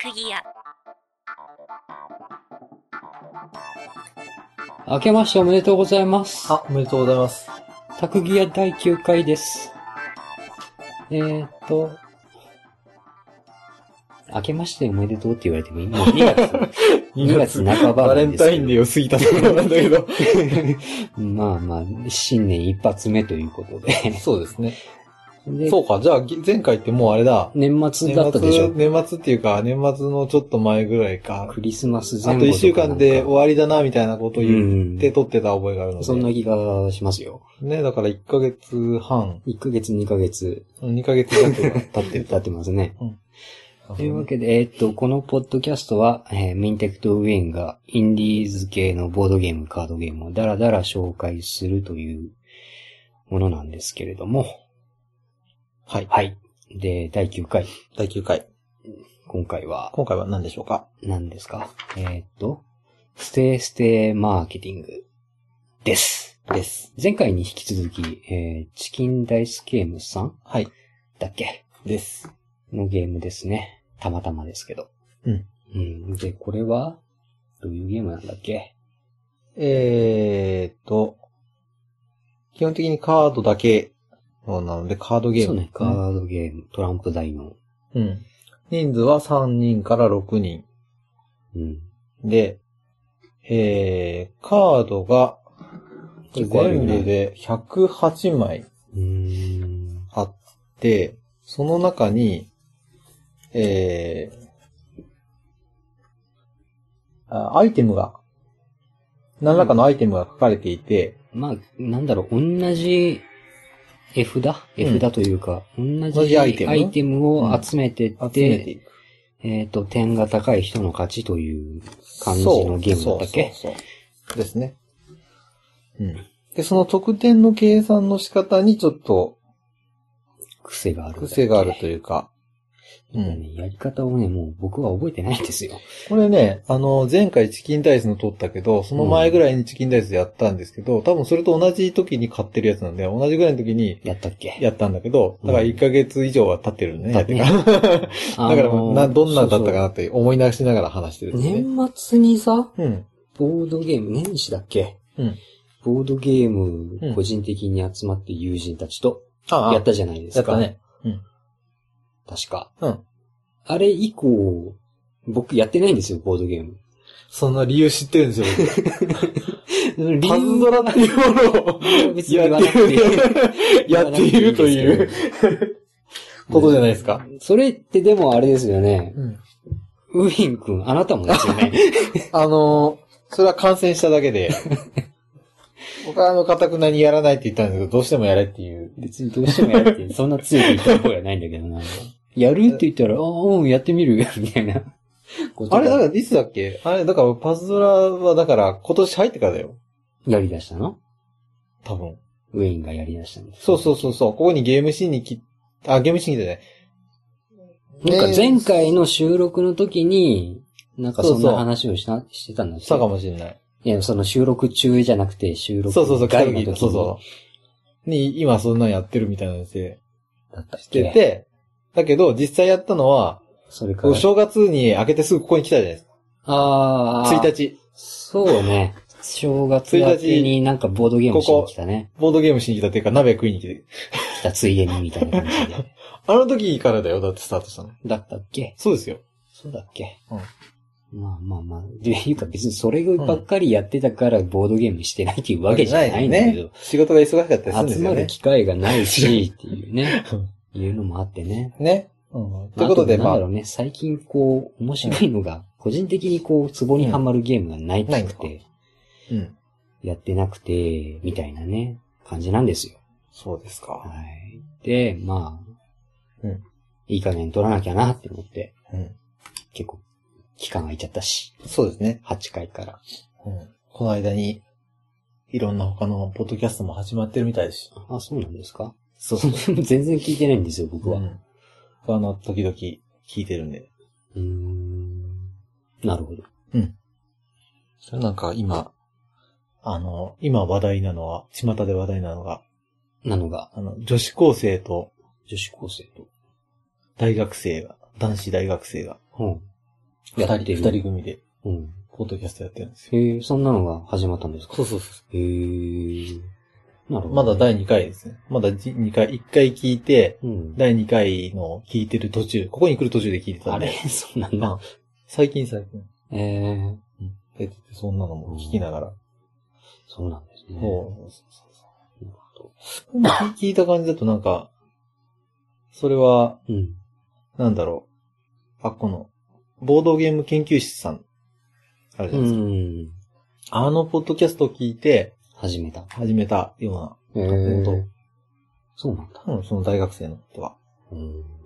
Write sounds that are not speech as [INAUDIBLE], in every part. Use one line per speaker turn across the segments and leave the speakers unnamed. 釘屋
明けましておめでとうございます。
あ、おめでとうございます。
卓木屋第9回です。えーっと、明けましておめでとうって言われても今2月。2月
[LAUGHS]
半ば
バ
な
レ
ん
ン
ですけ
タ
ど
インデーを過ぎたところなんだけ
[LAUGHS]
ど。
まあまあ、新年一発目ということで。
[LAUGHS] そうですね。
で
そうか、じゃあ、前回ってもうあれだ。
年末
年
だったでし
末、
ょ。
年末っていうか、年末のちょっと前ぐらいか。
クリスマス
あ
前後
と一週間で終
終
わりだな、みたいなことを言
うん
って撮ってた覚えがあるので。
そんな気がしますよ。
ね、だから1ヶ月半、
1ヶ月、2ヶ月
2ヶ月弱が経ってる [LAUGHS]
経ってますね。
と。
というわけで、えーっと、このポッドキャストは、えーミンテクとウェインがインディーズ系のボードゲーム、カードゲームをダラダラ紹介するというものなんですけれども。
はい。
はい。で、第9回。
第9回。
今回は、
今回は何でしょうか
何ですかえーっと、ステステマーケティングです。
です。
前回に引き続き、えーチキンダイスゲームさん
はい。
だっけ
です。
のゲームですね。たまたまですけど。
うん。
うん。で、これは、どういうゲームなんだっけ
えーっと、基本的にカードだけなので、カードゲーム。
そうね、カードゲーム、トランプ台の。
うん。人数は3人から6人。
うん。
で、えー、カードが、
これ全
全
部
部で108枚
うーん。
あって、その中に、えー、あアイテムが、何らかのアイテムが書かれていて、
まあ、なんだろう、同じ絵札絵札というか、同
同
じ
じ
ア
ア
イ
イ
テ
テ
ム
ム
を集めてって、
集めていく。
えっ、と、点が高い人の勝ちという感じのゲームだったっけ
そうそうそうですね。うん。で、その得点の計算の仕方にちょっと
癖があるんだっけ。
癖があるというか、う
なんか
ん。
ねやり方をね、もう僕は覚えてないんですよ。
これね、あの、前回チキンダイスの撮ったけど、その前ぐらいにチキンダイスやったんですけど、多分それと同じ時に買ってるやつなんで、同じぐらいの時に
やったっけ
やったんだけど、だから1ヶ月以上は経ってるんでね。
経ってね
やってから [LAUGHS] だ
あの
からな、どんなんだった
そ
か
う
なって思い出しながら話してるん
そう
ですね。
年末にさ、
うん。
ボードゲーム、年始だっけ
うん。
ボードゲーム、
うん
個人的に集まって友人たちと、
ああ、
やったじゃないですか。
やったね。
確か。
うん。
あれ以降、僕やってないんですよ、ボードゲーム。
そんな理由知ってるんですよ、僕
理
パズドラっていうものを
別に言わ
や
なくていい
ってる、やっているという。ことじゃないですか。
それってでもあれですよね。
うん
ウィン君、あなたもですよね。
あのー、それは感染しただけ [LAUGHS] で、僕はあの、かたくなにやらないって言ったんですけど、どうしてもやれっていう。
[LAUGHS] 別にどうしてもやるって、そんな強く言った声はないんだけどな。やるって言ったら、ああ、うん、やってみるよ、みたいなこと
あ
が。
れ、だから、いつだっけあれ、だから、パズドラは、だから、今年入ってからだよ。
やり出したの
多分。
ウィンがやり出したの。
そうそうそうそう。ここにゲームシーンにき、あ、ゲームシーンじゃない。
なんか
ね
前回の収録の時に、なんかそんな話をした、してたんだっけ
したかもしれない。
いや、その収録中じゃなくて、収録
そうそうそう、来た
外の
時
時に
に。そうそう。に、今そんなんやってるみたいなので、
だったっ
し
け
てて、だけど、実際やったのは、
それから
お。正月に明けてすぐここに来たじゃないですか。
ああ。
1。日。
そうね。正月明けになんかボードゲームしに来たね。
ボードゲームしに来たっていうか、鍋食いに来て。
来たついでにみたいな感じで。
あの時からだよ、だってスタートしたの。
だったっけ
そうですよ。
そうだっけまあまあまあ。で、いうか別にそればっかりやってたからボードゲームしてないっていうわけじゃないんだけど
ね。。仕事が忙しかったりするんで
集
す
ま
よ
る
ね。
機会がないし、っていうね
うん。
いうのもあってね。
ね。うん。ということで、
まあ
ま
あ
あ
となんだろ、うね、最近こう、面白いのが、個人的にこう、ツボにはまるゲームがないっ
な
て
いん
く
だ
て、
うん。
やってなくて、みたいなね、感じなんですよ。
そうですか。
はい。で、まあ、
うん
いい加減取らなきゃなって思って、
うん。
結構、期間空いちゃったし、
そうですね。
8回から。
うん。この間に、いろんな他のポッドキャストも始まってるみたいですし。
あ、そうなんですかそう、全然聞いてないんですよ、僕は。
う。
うん
僕はあの、時々聞いてるんで。
ーん。なるほど。
なんか今、あの、今話題なのは、巷で話題なのが、
なのが、
あの、女子高生と
女子高生と。
大学生が、男子大学生が、
うん。や
二
って
人、
る
二人組で、
うん。
ポッドキャストやってるんですよ。
へえ、そんなのが始まったんですか
そうそうそ
へえ。なる
う。
ほど。
まだ、第2回ですね。まだじ二回、1回聞いて、
うん。
第2回の聞いてる途中、ここに来る途中で聞いてた
あ
んで
れ [LAUGHS] そうなん
う
だ
ん。最近最近。
ええ、
出てて、そんなのも聞きながら。
そうなんですね。
そうそうそう
う。なるほど。
聞いた感じだとなんか、それは、
うん。
なんだろう。あ、この、ボードゲーム研究室さん、あるじ
う
ゃないですか。
ん。
あのポッドキャストを聞いて
始めた。
始めたような、
ええ
本当
そうなんだ。
多分その大学生の人は
う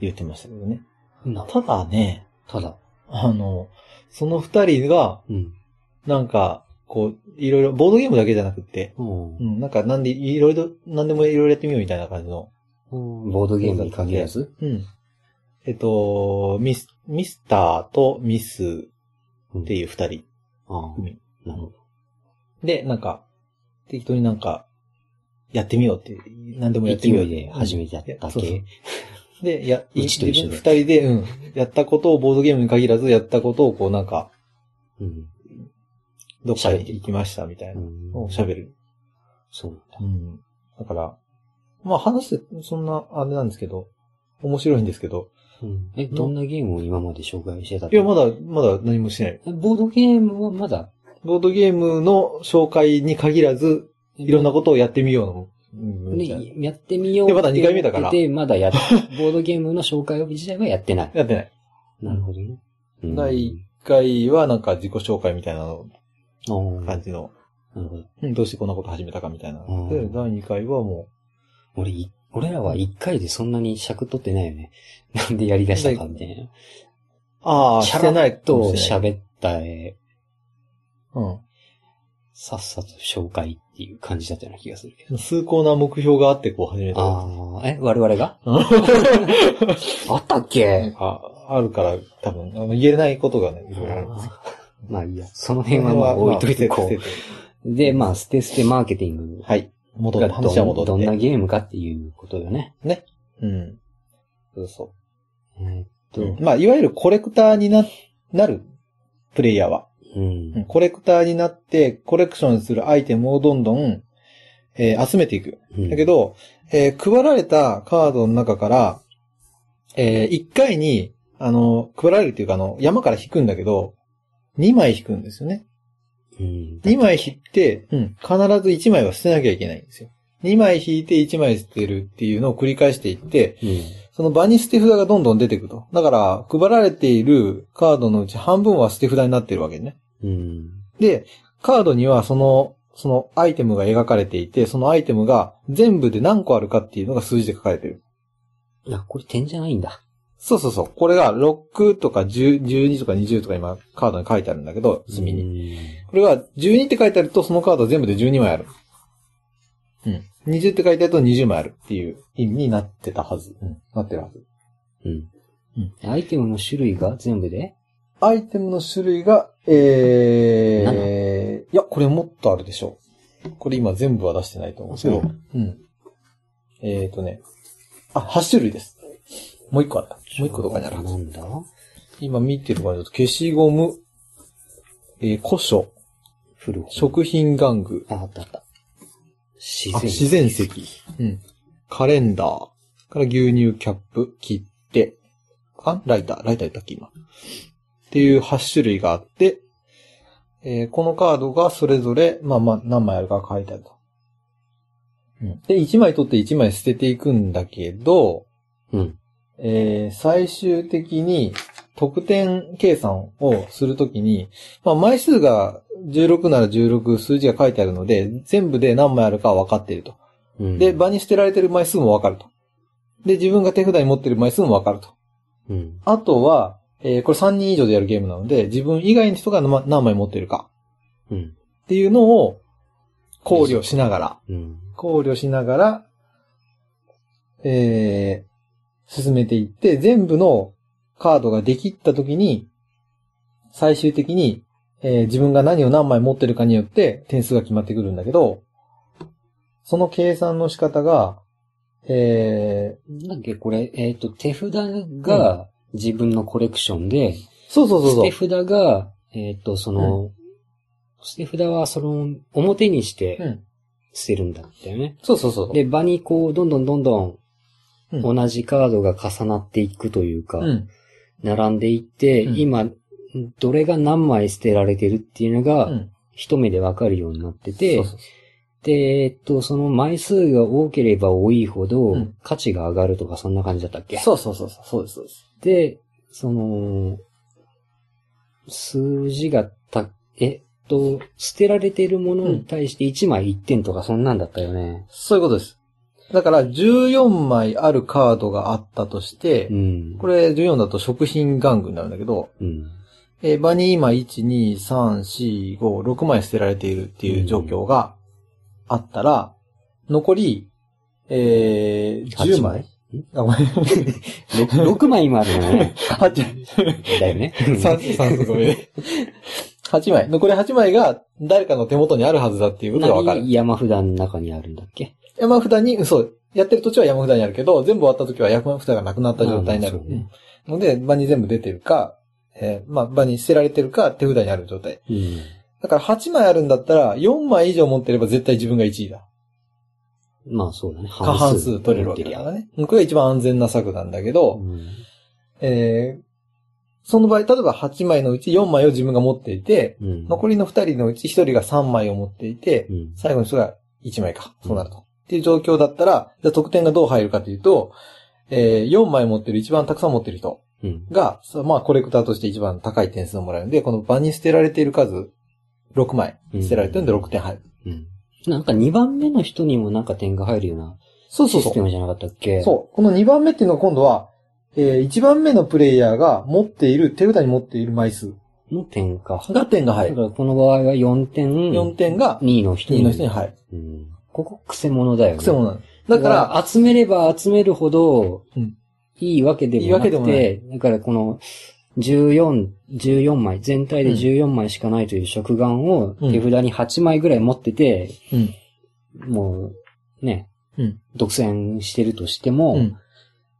言ってましたけどね。
ん。な
ただね、
ただ、
あの、その二人が、
うん。
なんか、こう、いろいろ、ボードゲームだけじゃなくて、
うん
うん、なんか、なんで、いろいろ、なんでもいろいろやってみようみたいな感じの、
ボードゲームに限らず、
うん。えっと、ミス、ミスターとミス
うん
っていう二人。
ああ
うん
なるほど。
で、なんか、適当になんか、やってみようって、何でもやってみよ
勢
うっ
い
て。
で始めちゃった
そうそう
系。
で、や、
うちと一緒で
自分二人で、うん。やったことを、ボードゲームに限らずやったことを、こうなんか、
うん。
どっかに行きましたみたいなのを喋る。
そうなんだ。
うん。だから、まあ話して、そんな、あれなんですけど、面白いんですけど、
うんえ、
うん
どんなゲームを今まで紹介してた
いや、ま
だ。
だ、まだ何もしてない。
えボードゲームはまだ、
ボードゲームの紹介に限らず、いろんなことをやってみようの。うんみたいな
ね、やってみよう
いやまだ二回目だから
で、まだやっ、ボードゲームの紹介自体はやってない。
やって [LAUGHS] ない。
なるほどね。うん
第一回はなんか自己紹介みたいなの
ああな
感
る
じの、
ほど。
うんどうしてこんなこと始めたかみたいな。で
うん、
第2回はも
俺い、俺らは一回でそんなに尺取ってないよね。 [LAUGHS] なんでやり出したかみたいな。
う、ああ、してないかも
と
しれない。
喋った、え
う
さっさと紹介っていう感じだったような気がするけど。
ん。崇高な目標があってこう始めた。
ああ、え、我々
[LAUGHS]
があったっ
なん
け
か、あるから、多分、あの言えないことがね、いろいろあるんですよ。
まあいいや。その辺はまあ置いといてこ
まあ
う。で、まあ、ステステマーケティング
はい。戻っ
が
て、話は戻
ど
っ
んな
て。
ゲームかっていうことよね。
うん。そうそ
えーっ
う。
と、
まあ、いわゆるコレクターにな、なる、プレイヤーは。
うん。
うんコレクターになって、コレクションするアイテムをどんどん、えー集めていく。
うん
だけ、ど、えー配られたカードの中から、え1回に、あの、配られるっていうか、あの、山から引くんだけど、2枚引くんですよね。
うん。
2枚引いて、うん、必ず1枚は捨てなきゃいけないんですよ。2枚引いて1枚捨てるっていうのを繰り返していって、
うん。
その場に捨て札がどんどん出てくと。だから、配られているカードのうち半分は捨て札になってるわけね。
うん。
で、カードにはその、そのアイテムが描かれていて、そのアイテムが全部で何個あるかっていうのが数字で書かれてる。
あ、これ点じゃないんだ。
そうそうそう。これが6とか10 12とか20とか今カードに書いてあるんだけど、隅に。これは12って書いてあると、そのカードは全部で12枚ある。うん。20って書いてあると20枚あるっていう意味になってたはず。うん。なってるはず。
うん。
う
うん。アイテムの種類が全部で
アイテムの種類が、えー、いや、これもっとあるでしょう。これ今全部は出してないと思うけど。うん。えーとね。あ、8種類です。もう1個あった。もう1個どこかにあるはず。
なんだ
今見てる感じだと、消しゴム、えー、古書、
古本。
食品玩具、
あ、あったあった。自
あ
然。
自然石。うん。カレンダー。から牛乳キャップ、切手。あライター。ライター言ったっけ今。っていう8種類があって、えーこのカードがそれぞれ、まあまあ何枚あるか書いてあると。うん。で、1枚取って1枚捨てていくんだけど、
うん。
えー最終的に得点計算をするときに、まあ、枚数が16なら16数字が書いてあるので、全部で何枚あるかは分かっていると。
うん
で、、場に捨てられてる枚数も分かると。で、自分が手札に持ってる枚数も分かると。
うん。
あとは、えーこれ3人以上でやるゲームなので、自分以外の人が何何枚持ってるか
うん。
っていうのを考慮しながら、
うん。
考慮しながら、えー、進めていって、全部のカードができったときに、最終的に、えー自分が何を何枚持ってるかによって点数が決まってくるんだけど、その計算の仕方が、え
なんだっけ、これ、えっ、と、手札が自分のコレクションで、
ー、そうそうそう
捨
そう
て。札が、えっ、と、その、捨て札はその、表にして
うん。
捨てるんだったよね。
そうそうそう。
で、場にこう、どんどんどんどん、
うん
同じカードが重なっていくというか、
うん。
並んでいって、
うん
今、どれが何枚捨てられてるっていうのが、
うん
一目でわかるようになってて、
そうそうそ
で、えっと、その枚数が多ければ多いほど
うん、
価値が上がるとか、そんな感じだったっけ、
うそうそうそうそう。そうです、そうです。
で、その、数字がた、えっと、捨てられているものに対して1枚1点とかそんなんだったよね。
そういうことです。だから、14枚あるカードがあったとして、
うん。
これ14だと食品玩具になるんだけど、
うん。
えー場に今、1、2、3、4、5、6枚捨てられているっていう状況があったら、残り、えー、10枚あ、ごめん。
6, 枚もあるの
[LAUGHS]
ね。
8、
だよね。
三三ご [LAUGHS] めん。8枚。残り8枚が誰かの手元にあるはずだっていうことがわかる。
何山札の中にあるんだっけ
山札に、そう、やってる途中は山札にあるけど、全部終わった時は山札がなくなった状態にな
あ
る
ーそう。ね
ので、場に全部出てるか、えーまあ、場に捨てられてるか、手札にある状態。
うん。
だから8枚あるんだったら、4枚以上持ってれば絶対自分が1位だ。
まあそうだね。過
過半数取れるわけだからね。これが一番安全な策なんだけど、
うん。
えーその場合、例えば8枚のうち4枚を自分が持っていて、
うん。
残りの2人のうち1人が3枚を持っていて、
うん。
最後の人が1枚か。そうなると。っていう状況だったら、じゃあ得点がどう入るかというと、えー4枚持ってる、一番たくさん持ってる人
うん。
が、そうまあコレクターとして一番高い点数をもらえるんで、この場に捨てられている数、6枚捨てられてるんで6点入る。
うん。なんか2番目の人にもなんか点が入るような
そうそう
シ
そ
ステ
う。
ムじゃなかったっけ
そう。この2番目っていうのは今度は、えー、1番目のプレイヤーが持っている、手札に持っている枚数
の点か。
が点が入
だ
る。
からこの場合は4点。
4点が
2位の人
2の人に入る。
うん。ここ、くせ者だよね。
くせ者なの。だから、、
集めれば集めるほど
うん、
いいわけでも
いいわ
な
けで
く
もな
て、だからこの、14、14枚、全体で
うん
14枚しかないという食玩を
うん
手札に8枚ぐらい持ってて、
うん。
もう、ね、
うん
独占してるとしても、
うん。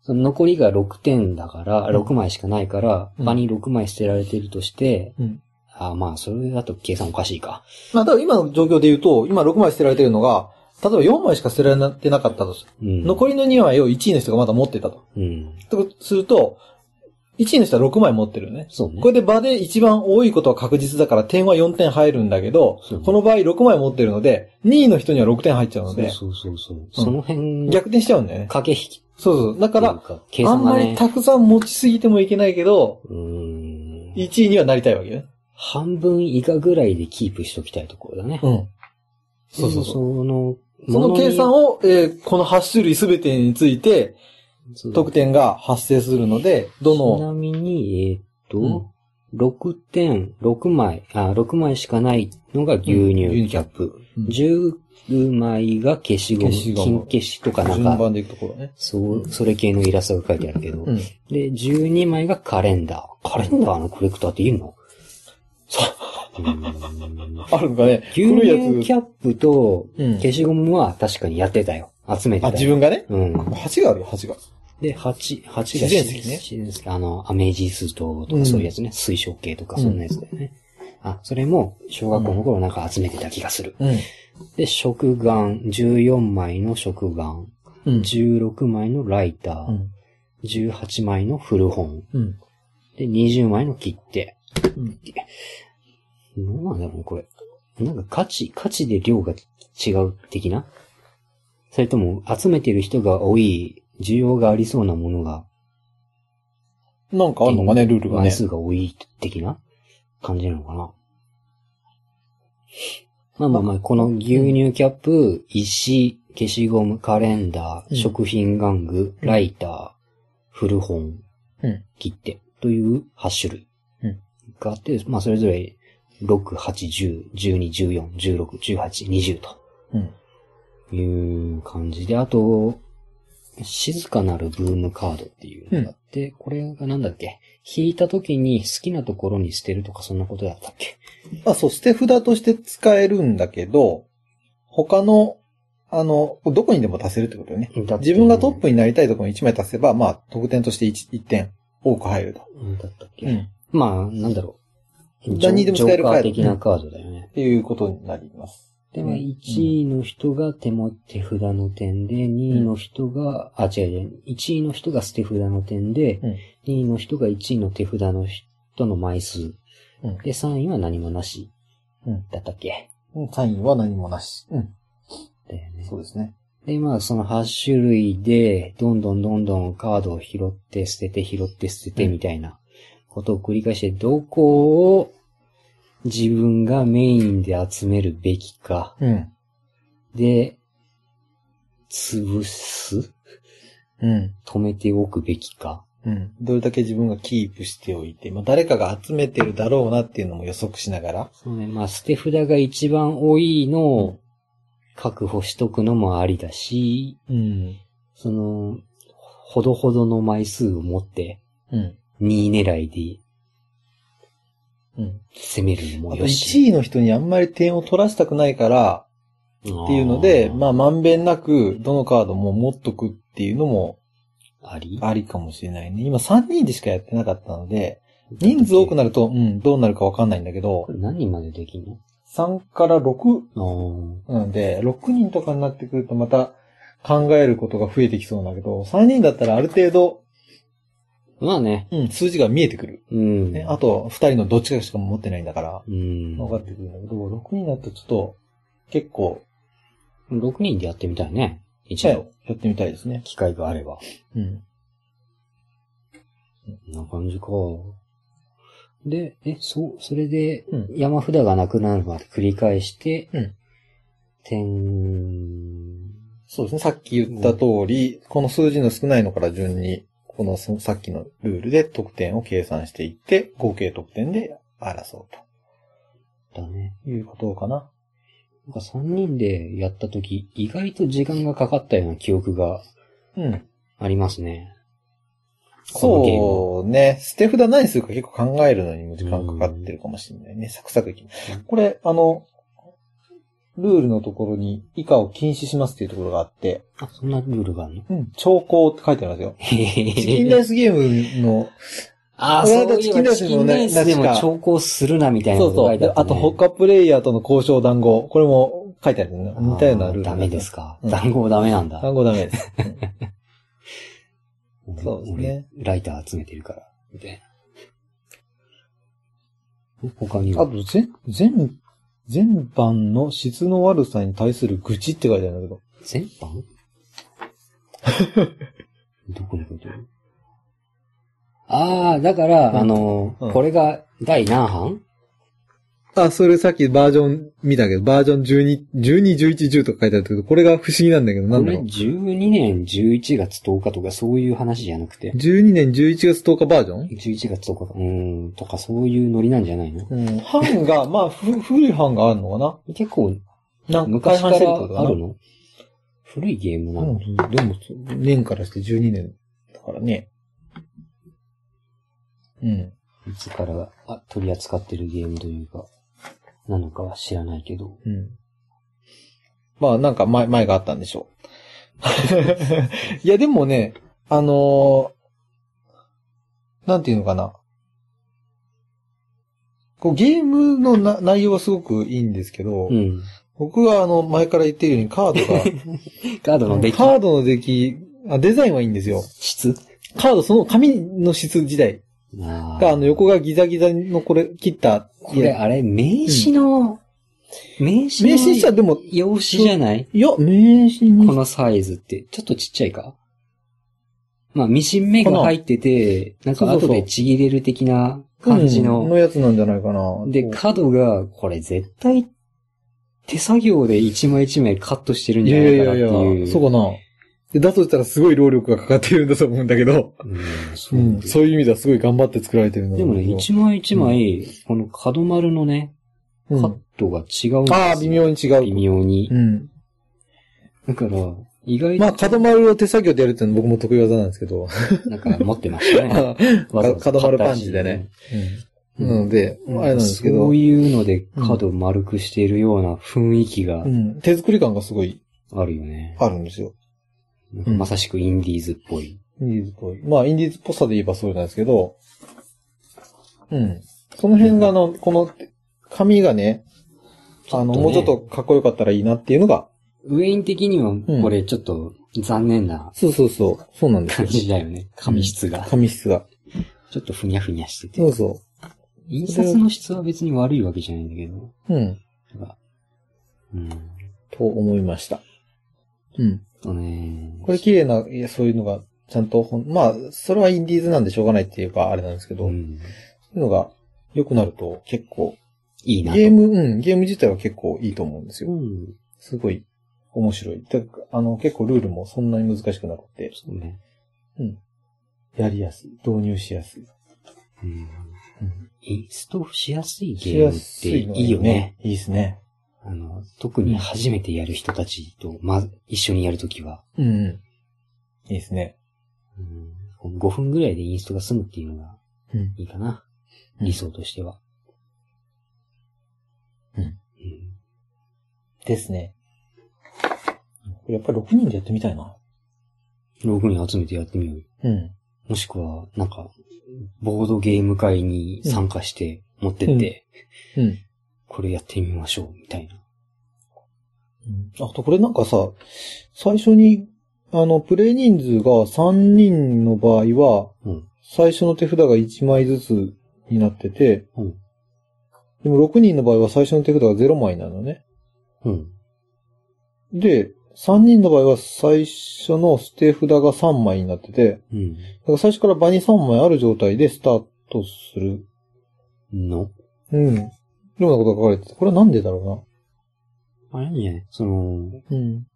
その残りが6点だから、
うん
6枚しかないから、
うん
場に6枚捨てられてるとして、
うん
あまあ、それだと計算おかしいか。
まあ、だから今の状況で言うと、今6枚捨てられてるのが、例えば4枚しか捨てられてなかったとする。
うん、
残りの2枚を1位の人がまだ持ってたと。
うん。
とすると、1位の人は6枚持ってるよね。
そうね
こ。れで場で一番多いことは確実だから点は4点入るんだけど
そう、
この場合6枚持ってるので、2位の人には6点入っちゃうので、
そうそうそうそう。その辺、
逆転しちゃうんだよね。
駆け引き
そうそう。だ
と
か
いう
ら、
か、計
あ
算
ん
が
ま
ね
り、たくさん持ちすぎてもいけないけど、
うーん。
1位にはなりたいわけね。
半分以下ぐらいでキープしときたいところだね。
うん。そうそうそう。
その、
その計算
を、
を、えーこの8種類すべてについて、
そう
得点が発生するので、ど
ちな
の、
みに、えーっ
うん
と、6点、6枚、あ、6枚しかないのが牛乳キャップ。
うん
10枚が消しゴム、
消しゴム
金消しとかなん
順
か、
番でいくところね。
そう、それ系のイラストが書いてあるけど。
うん。
で、12枚がカレンダー。カレンダーのコレクターっている
[LAUGHS]
のそうーん。
あるのかね。
牛
古いやつ
乳キャップと
うん
消しゴムは確かにやってたよ。集めてた
あ、
よ。
自分がね。
うん。
8があるよ、8が。
で、8、八が
自然石ね
自然石あの、アメージースートとかそういうやつね。水晶系とかそんなやつだよね。あ、それも小学校の頃なんか集めてた気がする。
うん。
で、食玩、14枚の食玩、
うん。
16枚のライタ
う
ー、
ん。
18枚の古本、
うん。
で、20枚の切手。
うん
どうなんだろうね、これ。なんか価値、価値で量が違う的なそれとも、集めてる人が多い、需要がありそうなものが、
なんかあるのかね、ルールがね
枚。数が多い的な感じなのかな。まあまあまあ、この牛乳キャップ、石、消しゴム、カレンダ
う
ー、
ん
食品玩具、
うん
ライター、古本
うん、
切手という8種類
うん
があって、まあそれぞれ6、8、10、12、14、16、18、20と
うん。
いう感じで、あと、静かなるブームカードっていうのがあって、これがなんだっけ引いた時に好きなところに捨てるとかそんなことだったっけ
あ、そう、捨て札として使えるんだけど、他の、あの、どこにでも足せるってことよね。
だって
自分がトップになりたいところに1枚足せば、まあ、得点として 1, 1点多く入ると。
うんだったっけ、
うん。
まあ、なんだろう。
何にでも使える
ジョーカー
カード
的なカードだよね。
っていうことになります。
で、
うん
まあ、1位の人が手も、手札の点で、2位の人が、あ、違う違う、1位の人が捨て札の点で、
うん
2位の人が1位の手札の人の枚数。
うん
で、3位は何もなし
うん。
だったっけ。
うんサインは何もなし。うん。
だよね。
そうですね。
で、まあ、その8種類で、どんどんどんどんカードを拾って、捨てて、拾って、捨てて、みたいなことを繰り返して、どこを自分がメインで集めるべきか。
うん。
で、潰す
うん。
止めておくべきか。
うん。どれだけ自分がキープしておいて、まあ、誰かが集めてるだろうなっていうのも予測しながら。
そうね、まあ、捨て札が一番多いのを確保しとくのもありだし、
うん。
その、ほどほどの枚数を持って、
うん。
2位狙いで
うん。
攻めるのも
あと
よし。
1位の人にあんまり点を取らせたくないから、っていうので、まあ、まんべんなく、どのカードも持っとくっていうのも
あ、あり
ありかもしれないね。今3人でしかやってなかったので、人数多く
な
なると、うん、どうなるかわかんないんだけど
こ、れ何人までできんの
3から6
あー
なので、6人とかになってくるとまた考えることが増えてきそうなんだけど、3人だったらある程度、
まあね。
うん、数字が見えてくる。
うん。
ね、あと、2人のどっちかしか持ってないんだから、
うん。
分かってくるんだけど、6人だとちょっと、結構、
6人でやってみたいね。一
や
度、
ってみたいですね。
機会があれば。
うん。
こんな感じか。で、え、そう、それで
うん、
山札がなくなるまで繰り返して、
うん
点、
そうですね。さっき言った通り、この数字の少ないのから順に、このそさっきのルールで得点を計算していって、合計得点で争う
だね。
ということかな。
なんか3人でやったとき、意外と時間がかかったような記憶が
うん。
ありますね。このゲーム
そうね。捨て札何するか結構考えるのにも時間かかってるかもしれないね。サクサクいき
うん
これ、あの、ルールのところに以下を禁止しますっていうところがあって、
あ、そんなルールがあるの [LAUGHS]
うん、兆候って書いてあるんですよ。
へへ
チキン
へ
ラ
へ
イスゲームの、
あー、
俺
そう
は
いえば
チ
チ
キ
キ
ン
ン
ラ
ラ
イ
イ
スもね
スでも
確か
調校するなみたいな
そ
こ
う
と
そ
書
う。
いて
で
あった
あ
ね
と、他プレイヤーとの交渉談合。これも書いてあるんだよね。似たようなルール
あーダメですか。
うん
談合ダメなんだ
談。合ダメです。
俺
そうですね。
俺ライター集めてるから。みたいな。他に
あ
は。
と、全、全、全版の質の悪さに対する愚痴って書いてあるんだけど。
全
[LAUGHS]
般どこに書いてあるああ、だから、
うん
あの、
うん
これが第何版
あ、それさっきバージョン見たけど、バージョン12、12、11、10とか書いてあるけど、これが不思議なんだけど、な
こ
んだ
れ
ろう。
12年11月10日とかそういう話じゃなくて、
12年11月10日バージョン
11月10日、うーん、とかそういうノリなんじゃないの
うん。版が、まあ、ふ古い版があるのかな
結構
なんか
昔
改
か
版
ら
してるってことか
あ
な
るの古いゲームな
う
の、
ん、でも、年からして12年だからね。うん。
いつからあ取り扱ってるゲームというか、なのかは知らないけど。
うん。まあ、なんか前、前があったんでしょう。い [LAUGHS] や、でもね、あのーなんていうのかな。こう、ゲームのな内容はすごくいいんですけど、
うん。
僕はあの、前から言ってるようにカー [LAUGHS] ドが、
カードの出来、
カードの出来、あデザインはいいんですよ。
質
カード、その紙の質自体
あー
が、あの、横がギザギザのこれ、切った。
これあれ、名刺の、名刺の
名刺しちゃでも、
用紙じゃない
いや、名刺に
このサイズって、ちょっとちっちゃいかまあ、ミシン目が入ってて、なんか
そうそ
後
うそう
でちぎれる的な感じ
うん
の。
のやつなんじゃないかな。
で、角が、これ絶対、手作業で一枚一枚カットしてるん
い
じゃ
や
ないいかな
や
っ
い
て
や
い。
いうや、そうかな。でだとしたらすごい労力がかかっているんだと思うんだけど、、
うんそううん
そういう意味ではすごい頑張って作られてるんだ
でもね、一枚一枚、この角丸のね、カ
うん
ットが違うんですよ。
ああ、微妙に違う。
微妙に
う。ん。
だから、意外
まあ、
と、
角丸を手作業でやるっていうの僕も得意技なんです
[LAUGHS]
けど、
なんか持ってましたね。わざわざ
[LAUGHS] 角丸パンチでね。うん。なので、あれなんですけ
そ
ど
う、いうので角丸くしているような雰囲気が
うん、手作り感がすごい
あるよね。
あるんですよ。
なんかまさしくインディーズっぽい。
インディーズっぽい。まあ、インディーズっぽさで言えばそうなんですけど、うん。その辺が、あの、この、紙がね、あの、もうちょっとかっこよかったらいいなっていうのが、
ウェイン的にはこれちょっと残念な
そうそうそう、そうなんです
感
よ。
じだよね。紙質が。
紙質が。
ちょっとふにゃふにゃして
そ
て。
うそ
印刷の質は別に悪いわけじゃないんだけど。
う。うん。
なんかうん。
と思いました。うん。
とね。
これ綺麗な、いやそういうのが、ちゃんとほん、まあ、それはインディーズなんでしょうがないっていうか、あれなんですけど、
う
そ
ん。
ういうのが良くなると結構、
いいなと。
ゲーム、うん、ゲーム自体は結構いいと思うんですよ。
うん。
すごい面白い。だあの、結構ルールもそんなに難しくなくて、
そうね。
やりやすい。導入しやすい。
うん。
うん、
インストールしやすい
し
ゲー
や
ムっ
す
てい
いのが
いよね。。
いいですね。
あの、特に初めてやる人たちと、ま、一緒にやるときは、
うん、うん。いいですね。
うん、5分ぐらいでインストが済むっていうのが
うん。
いいかな。
うん
理想としては。
うんですね。これやっぱり6人でやってみたいな。
うん。6人集めてやってみようよ。
うん。
もしくは、なんか、ボードゲーム会に参加して持ってって、
うんうん。
これやってみましょう、みたいな。
うんあとこれなんかさ、最初に、あの、プレイ人数が3人の場合は、
うん。
最初の手札が1枚ずつになってて、
うん
でも6人の場合は最初の手札が0枚なのね。
うん。
で、3人の場合は最初の手札が3枚になってて、
うん。
だから最初から場に3枚ある状態でスタートする。
の
うん。ようなことが書かれてて、これはなんでだろ
あれね、その、
うな。うん。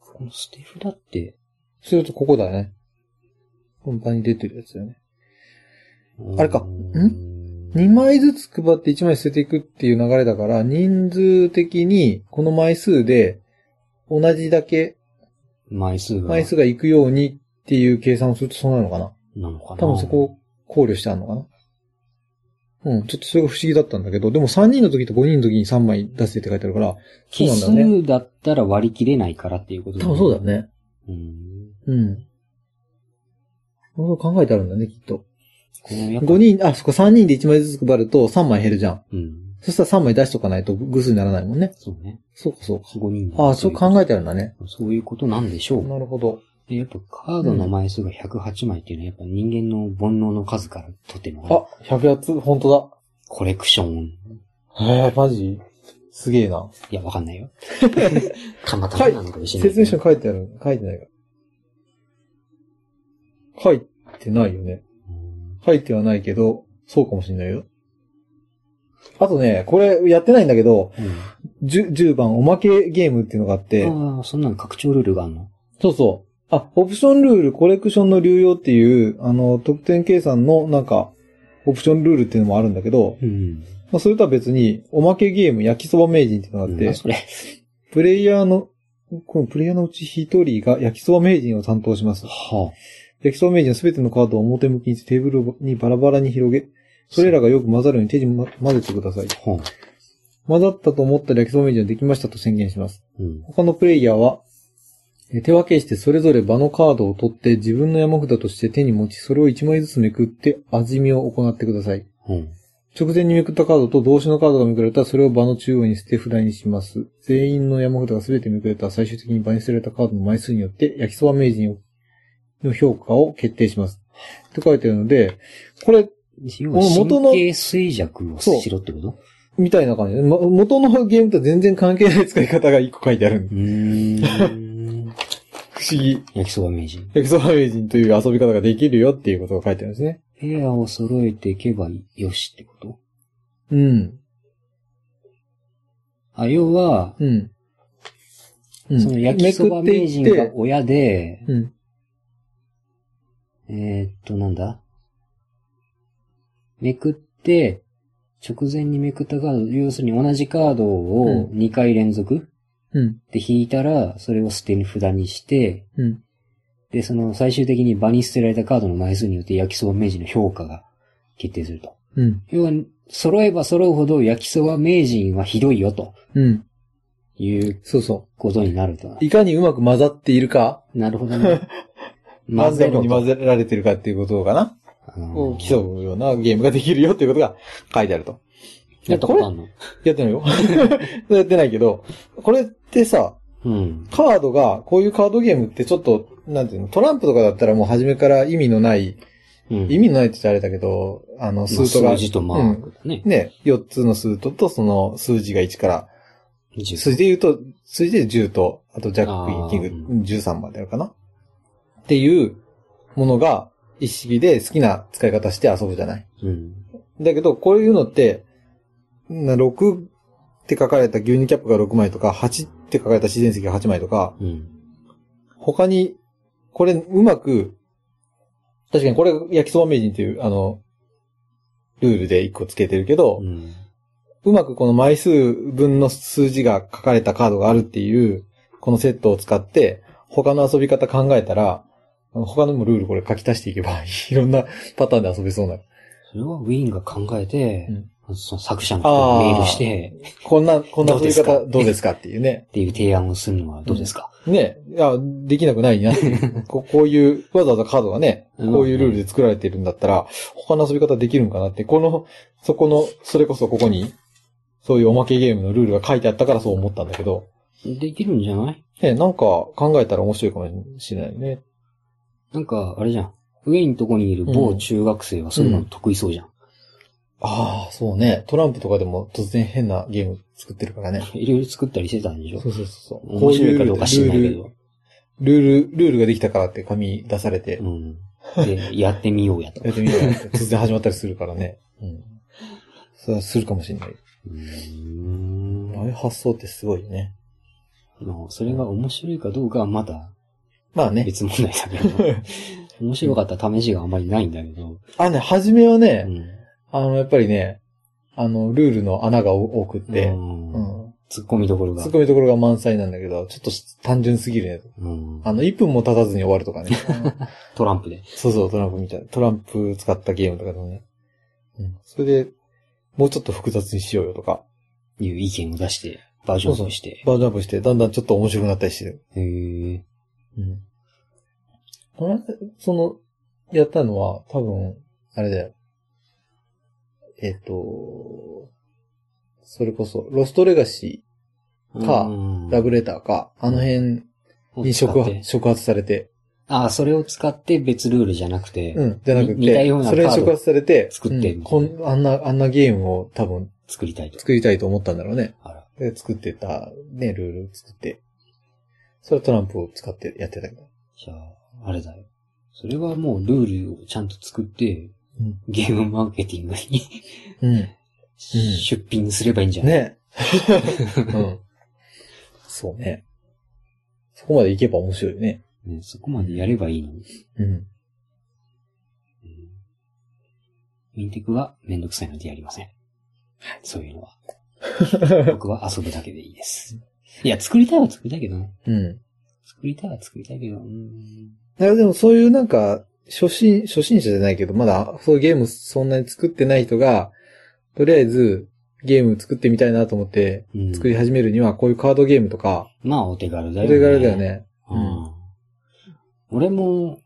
この捨て札って、
するとここだね。この場に出てるやつだよね。あれか
うん
2枚ずつ配って1枚捨てていくっていう流れだから、人数的にこの枚数で同じだけ
枚数が。
枚数がいくようにっていう計算をするとそうなのかな
なのかな。
多分そこを考慮してあるのかなうん、ちょっとそれが不思議だったんだけど、でも3人の時と5人の時に3枚出せって書いてあるから、そう
奇
なんだよね
数だったら割り切れないからっていうこと
多分そうだよ。ね。
うん。
うん。そう考えてあるんだね、きっと。
このやっぱ
5人、あ、そこ3人で1枚ずつ配ると3枚減るじゃん。
うん。
そしたら3枚出しとかないと偶数にならないもんね。
そうね。
そうかそうか。
5人
ああ、そう考えてあるんだね。
そういうことなんでしょう。
なるほど。
で、やっぱカードの枚数が108枚っていうのはやっぱ人間の煩悩の数から取ってんのかな
あ、100やつ、本当
コレクション。
だ。へえ、マジすげえな。
いや、わかんない [LAUGHS] よ。たまたまなのかもしれない。
説明書に書いてある、書いてないか。書いてないよね。
うん
書いてはないけど、そうかもしれないよ。あとね、これやってないんだけど、10, 10番おまけゲームっていうのがあって、
うん。ああ、そんなの拡張ルールがあるの
そうそう。あ、オプションルール、コレクションの流用っていう、あの、得点計算の、なんか、オプションルールっていうのもあるんだけど、
うん。
まあ、それとは別に、おまけゲーム、焼きそば名人っていうのがあって、
なんだそれ。
プレイヤーの、このプレイヤーのうち一人が焼きそば名人を担当します。
はあ。
焼きそば名人はすべてのカードを表向きにしてテーブルにバラバラに広げ、それらがよく混ざるように手にま混ぜてください。
はあ。
混ざったと思ったら焼きそば名人はできましたと宣言します。
うん。
他のプレイヤーは、え手分けしてそれぞれ場のカードを取って自分の山札として手に持ち、それを1枚ずつめくって味見を行ってください。
うん。
直前にめくったカードと同種のカードがめくれたらそれを場の中央に捨て札にします。全員の山札が全てめくれたら最終的に場に捨てられたカードの枚数によって焼きそば名人の評価を決定します。って書いてあるので、これ、
要は
元の
神経衰弱をしろってこと
みたいな感じで、ま、元のゲームと全然関係ない使い方が一個書いてある
う。ーん。 [LAUGHS]
不思議。
焼きそば名人。
焼きそば名人という遊び方ができるよっていうことが書いてあるんですね。
ペアを揃えていけばよしってこと
うん。
あ、要は、
うん。うん
その焼きそば名人
めくっていっ
が
て
親で、
うん。
えーっと、なんだめくって、直前にめくったカード、要するに同じカードを
う
2回連続
うん。
で引いたら、それを捨て札にして、
うん。
で、その最終的に場に捨てられたカードの枚数によって焼きそば名人の評価が決定すると。
うん。
要は、揃えば揃うほど焼きそば名人はひどいよと
うん。
いう
そうそう。
ことになると。
いかにうまく混ざっているか、 [LAUGHS]
なるほどね。
混ぜ
ろ
に混ぜられてるかっていうことかな。
あの
を競うようなゲームができるよっていうことが書いてあると。
やったことあんの
やってないよ。 [LAUGHS] やってないけど、これってさ、
うん。
カードが、こういうカードゲームってちょっと、なんていうの、トランプとかだったらもう初めから意味のない、
うん
意味のないって言ったらあれだけど、あの、ス
まあ
ートが
数、字とマークだね。
ね、4つのスートとその数字が1から、
10
数字で言うと、数字で10と、あとジャック、イ
あー
ンキン
う
グ、13まであるかなっていうものが、一式で好きな使い方して遊ぶじゃない
うん。
だけど、こういうのって、な6って書かれた牛乳キャップが6枚とか、8って書かれた自然石が8枚とか、
うん。
他に、これうまく、確かにこれ焼きそば名人っていう、あの、ルールで1個つけてるけど
う、ん。
うまくこの枚数分の数字が書かれたカードがあるっていう、このセットを使って、他の遊び方考えたら、他のもルールこれ書き足していけば、 [LAUGHS] いろんなパターンで遊べそうな。
それはウィーンが考えて、その作者の人
あ
に
ー
メールして、
こんな、こんな遊び
どうです
方
か
どうですかっていうね。
っていう提案をするのはどうですか、
ねいや、できなくないなって
[LAUGHS]
いう。ここういう、わざわざカードがね、
うん
こういうルールで作られてるんだったら、他の遊び方できるんかなって、この、そこの、それこそここに、そういうおまけゲームのルールが書いてあったからそう思ったんだけど、
できるんじゃない
ねなんか考えたら面白いかもしれないね。
なんか、あれじゃん。ウィーンのとこにいる某中学生はそういうの得意そうじゃん。
ああ、そうね。トランプとかでも突然変なゲーム作ってるからね。
いろいろ作ったりしてたんでしょ
そうそうそうそう。
面白いかどうか知らないけ
こ
ど。
ういうルール、ルール、ルールができたからって紙出されて
う、ん。で、やってみようやと。
やってみようよ [LAUGHS] って突然始まったりするからね。うん。それはするかもしれない。
うーん。
ああいう発想ってすごいよね。
まあそれが面白いかどうかはまた
まあね。
別問題だけど。 [LAUGHS] 面白かった試しがあんまりないんだけど。
あのね、初めは
う
ね、
ん。
あの、やっぱりね、あの、ルールの穴が多くって、う
うん
ん。
突っ込みどころが
突っ。込みどころが満載なんだけど、ちょっと単純すぎるね。
うん
あの、1分も経たずに終わるとか [LAUGHS] ね。
トランプで。
そうそう、トランプみたいな。トランプ使ったゲームとかでもね。うん。それで、もうちょっと複雑にしようよとか、
いう意見を出して、バージョンアップして。
バージョンアップして、だんだんちょっと面白くなったりしてる。
へえ。
うん。この間、その、やったのは、多分、あれだよ。えっ、と、それこそ、ロストレガシか
うん
ー、ラブレターか、あの辺に触
を使っ
発
て
触発されて、
ああ、それを使って別ルールじゃなくて、
うん、じゃなく
に似たよう
て、
な
それに
カード
触発されて、
作って
うんこん、あんな、あんなゲームを多分
作りたいと。
作りたいと思ったんだろうね。
あら。
で、作ってた、ね、ルール作って。それはトランプを使ってやってたけど。
じゃあ、あれだよ。それはもうルールをちゃんと作って、
うん
ゲームマーケティングに
うん。
[LAUGHS] 出品すればいいんじゃない、
ね。うん。そうね。そこまで行けば面白いね。
ねそこまでやればいいのに。
うん。
ミンテクはめんどくさいのでやりません。そういうのは。僕は遊ぶだけでいいです。いや、作りたいは作りたいけどね。
[LAUGHS] うん。
作りたいは作りたいけど、うーん。
だからでもそういうなんか、初心、初心者じゃないけど、まだそういうゲームそんなに作ってない人が、とりあえずゲーム作ってみたいなと思って、
うん、
作り始めるにはこういうカードゲームとか、
まあ、お手軽だ
お
よ
手
ね。
軽だよ。ね。
うん。俺も、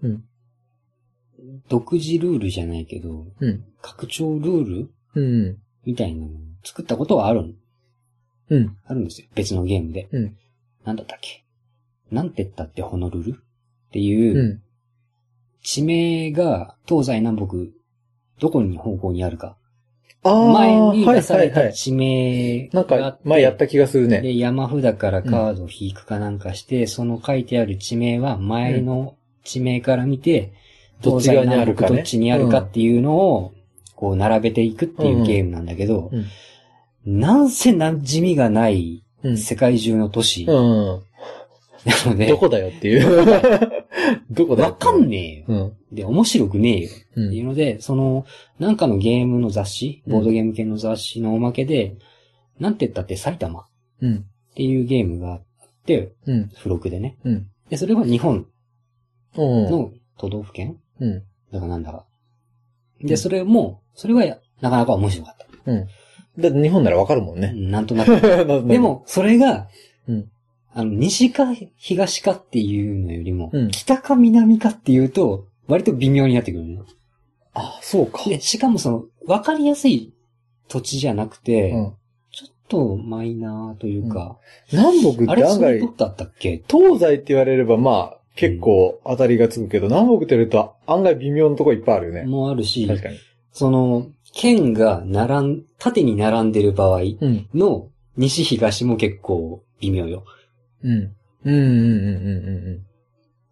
うん
独自ルールじゃないけど、
うん。
拡張ルール
うん。
みたいなのを作ったことはあるの
うん。
あるんですよ。別のゲームで。
うん
なんだったっけなんてったってホノルルっていう、
うん。
地名が東西南北、どこに方向にあるか。
ああ
前に
は
出
い
さ
は
れ
いは
た
い。
地名
なん
があ
か、前やった気がするね。
で、山札からカードを引くかなんかして、その書いてある地名は前の地名から見て、
どっ
東
ち
西
側にある
南
か
北
ね
どっちにあるかっていうのを、こう並べていくっていうゲームなんだけど、
うん
なんせ馴染みがない
うん。
世界中の都市
う。
なん
うん
ので
ど、こだよっ
[LAUGHS]
ていう。どこだよ
わ
って
かんねえよ。
うん。
で、面白くねえよ。
う。
っていうんので、その、なんかのゲームの雑誌、
うん
ボードゲーム系の雑誌のおまけで、なんて言ったって埼玉っ
うん。
ていうゲームがあって、
うん。
付録でね。
うん。
で、それは日本
うん。
の都道府県
うん。
だからなんだか。
う
で、
ん
それも、それはなかなか面白かっ
だって日本ならわかるもん
た。
ね。
なんとなく。で
で、 [LAUGHS]
も、それが
うん、
あの、西か東かっていうのよりも
うん、
北か南かっていうと、割と微妙になってくるね。
あ、そうか。
で、しかもその、わかりやすい土地じゃなくて、
うん。
ちょっとマイナーというか、
南北って
あれ、
案
そういう
外
こ、とだったっけ
東西って言われればまあ、結構当たりがつくけど、南北って言われると案外微妙なとこいっぱいあるよね。
もあるし、
確かに。
その、県が並ん、縦に並んでる場合
うん。
の西東も結構微妙よ。
うん。うんうんうんうんうんうん。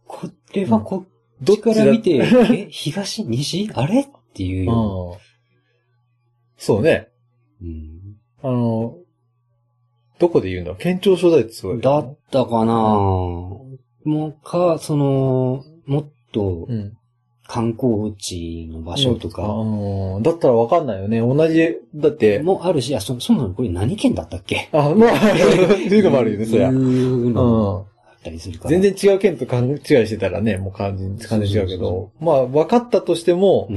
これはこっ
どっ
ち
ち
か
だ
ら見て、え、東西あれっていう
う
よ。
ん。そうね。
うん
あの、どこで言うんだ県庁所在ってすごいよね。
だったかなもうか、その、もっと
うん。
観光地の場所とか
うん。だったらわかんないよね。同じ、だって、
もあるし、あ、そ、そもそもこれ何県だったっけ
あ、まあ、 [LAUGHS] そういうのもあるよね、そりゃ。
いううのも
ん。
あったりするから。
全然違う県と勘違いしてたらね、もう感じ、感じ違うけど。まあ、分かったとしても、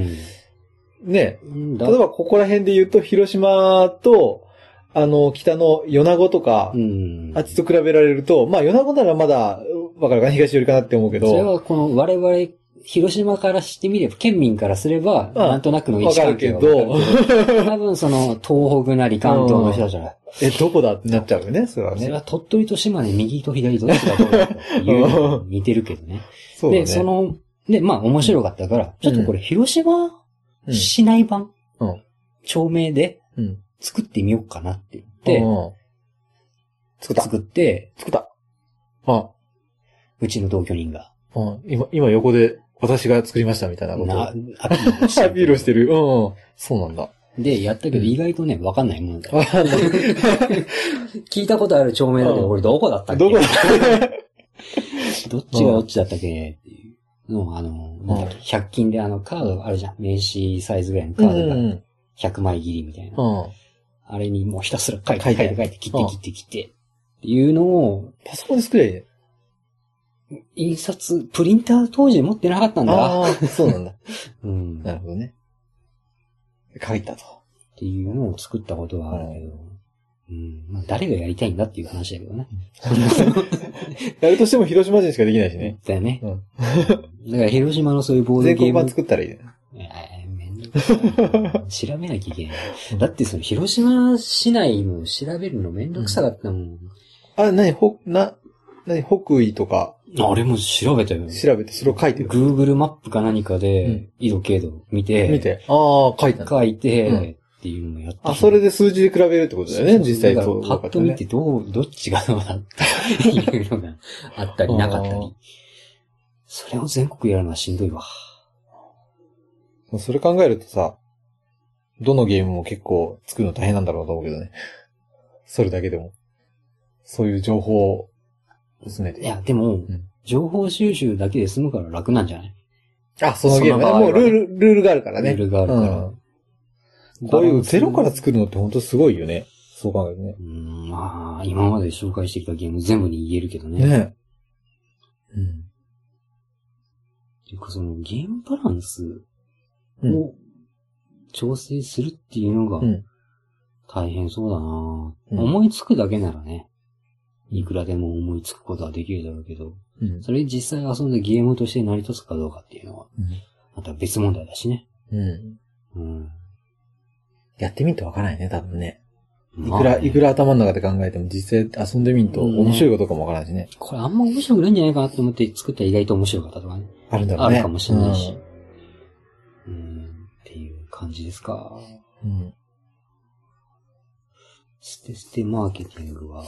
ね、
うん。
例えばここら辺で言うと、広島と、あの、北の米子とか
う、ん。
あっちと比べられると、まあ、米子ならまだ、わかるかな、東寄りかなって思うけ
それ
ど、
はこの我々、広島からしてみれば、県民からすれば、
ん
なんとなくの位
わ
置
か
関
るけ
係は
ど、
わかるけ [LAUGHS] ど多分その、東北なり関東の人たちは、
え、どこだってなっちゃうよね、それは
それは
ね。
鳥取と島根右と左どっちがどうだというの
[LAUGHS]
が似てるけどね。
そうだね。
で、その、で、まあ面白かったから、ちょっとこれ広島
うん、
市内版、
うん
町名で
うん。
作ってみようかなって言っ、
うん作ってた。
作って、
作った。あ、
うちの同居人が、
うん、今、今横で私が作りましたみたいなことを。
な
[LAUGHS] ア、
アピールをし
ピ
て
ールをしてる。うんうん。そうなんだ。
で、やったけど
うん
意外とね、わかんないもんだよ。
わかんない
聞いたことある町名だけ
う
ど、
ん
俺どこだったっけ
[LAUGHS] どこだ
どっちがどっちだったっけっていうのを、あの、なんだっけ100均であのカードあるじゃん。名刺サイズぐらいのカ
[LAUGHS] う
ードが
ん。
100枚切りみたいな。
うん。
あれにもうひたすら書いて
書
書
い
い
て
て書いて切
う
っ
ん
て切って切ってっていうのを、
パソコンで作りゃいいね。
印刷、プリンター当時持ってなかったんだ。
ああ、そうなんだ。
うん。
[LAUGHS] な
っ
るほどね。書いた [LAUGHS] と。
ていうのを作ったことはあるけど。うん。まあ、誰がやりたいんだっていう話だけどね。
やるとしても広島人しかできないしね。
だよね。
う
[LAUGHS] だから広島のそういうボード
全
ゲ
国
ーム
版作ったらいいね。
えーめんどくさいな調べなきゃいけない。だってその広島市内も調べるのめんどくさかったもん。
あ、なに、ほ、な、なに、北緯とか
あれも調べたよ。
調べてそれを書いてる。
Google マップか何か
う
で
ん、
緯度経度見て、
見て。ああ、書いたんだ。
書いて、
うん
っていうのをやって
あ、それで数字で比べるってことだよね、実際
だか
そ
ら
う。
パッと見てどう、どっちがどうだったっていうのがあったりなかった
あ
り
ー。
それを全国やるのはしんどいわ。
まあそれ考えるとさ、どのゲームも結構作るの大変なんだろうと思うけどね。それだけでも。そういう情報を進めて。
いや、でも、
ん
情報収集だけで済むから楽なんじゃない
あ、そのゲームね。
その場合
もう
はね
ルール、ルールがあるからね。
ルールがあるから
うん。こういうゼロから作るのって本当すごいよね。そう考えるとね。
うん、まあ、今まで紹介してきたゲーム全部に言えるけどね。
ねうん。
っていうか、そのゲームバランス
うん
を調整するっていうのが
うん
大変そうだな、
うん
思いつくだけならね、いくらでも思いつくことはできるだろうけど、
うん。
それ実際遊んでゲームとして成り立つかどうかっていうのは、また別問題だしね。
うん。
うん。
やってみるとわからないね、多分ね。い
まあ
くら、いくら頭の中で考えても実際遊んでみると
うん
面白いことかもわからないしね。
これあんま面白くないんじゃないかなと思って作ったら意外と面白かったとかね。
あるんだろ
あ
うね。
るかもしれないし
うん。
うん、っていう感じですか。
うん。
ステステマーケティングは、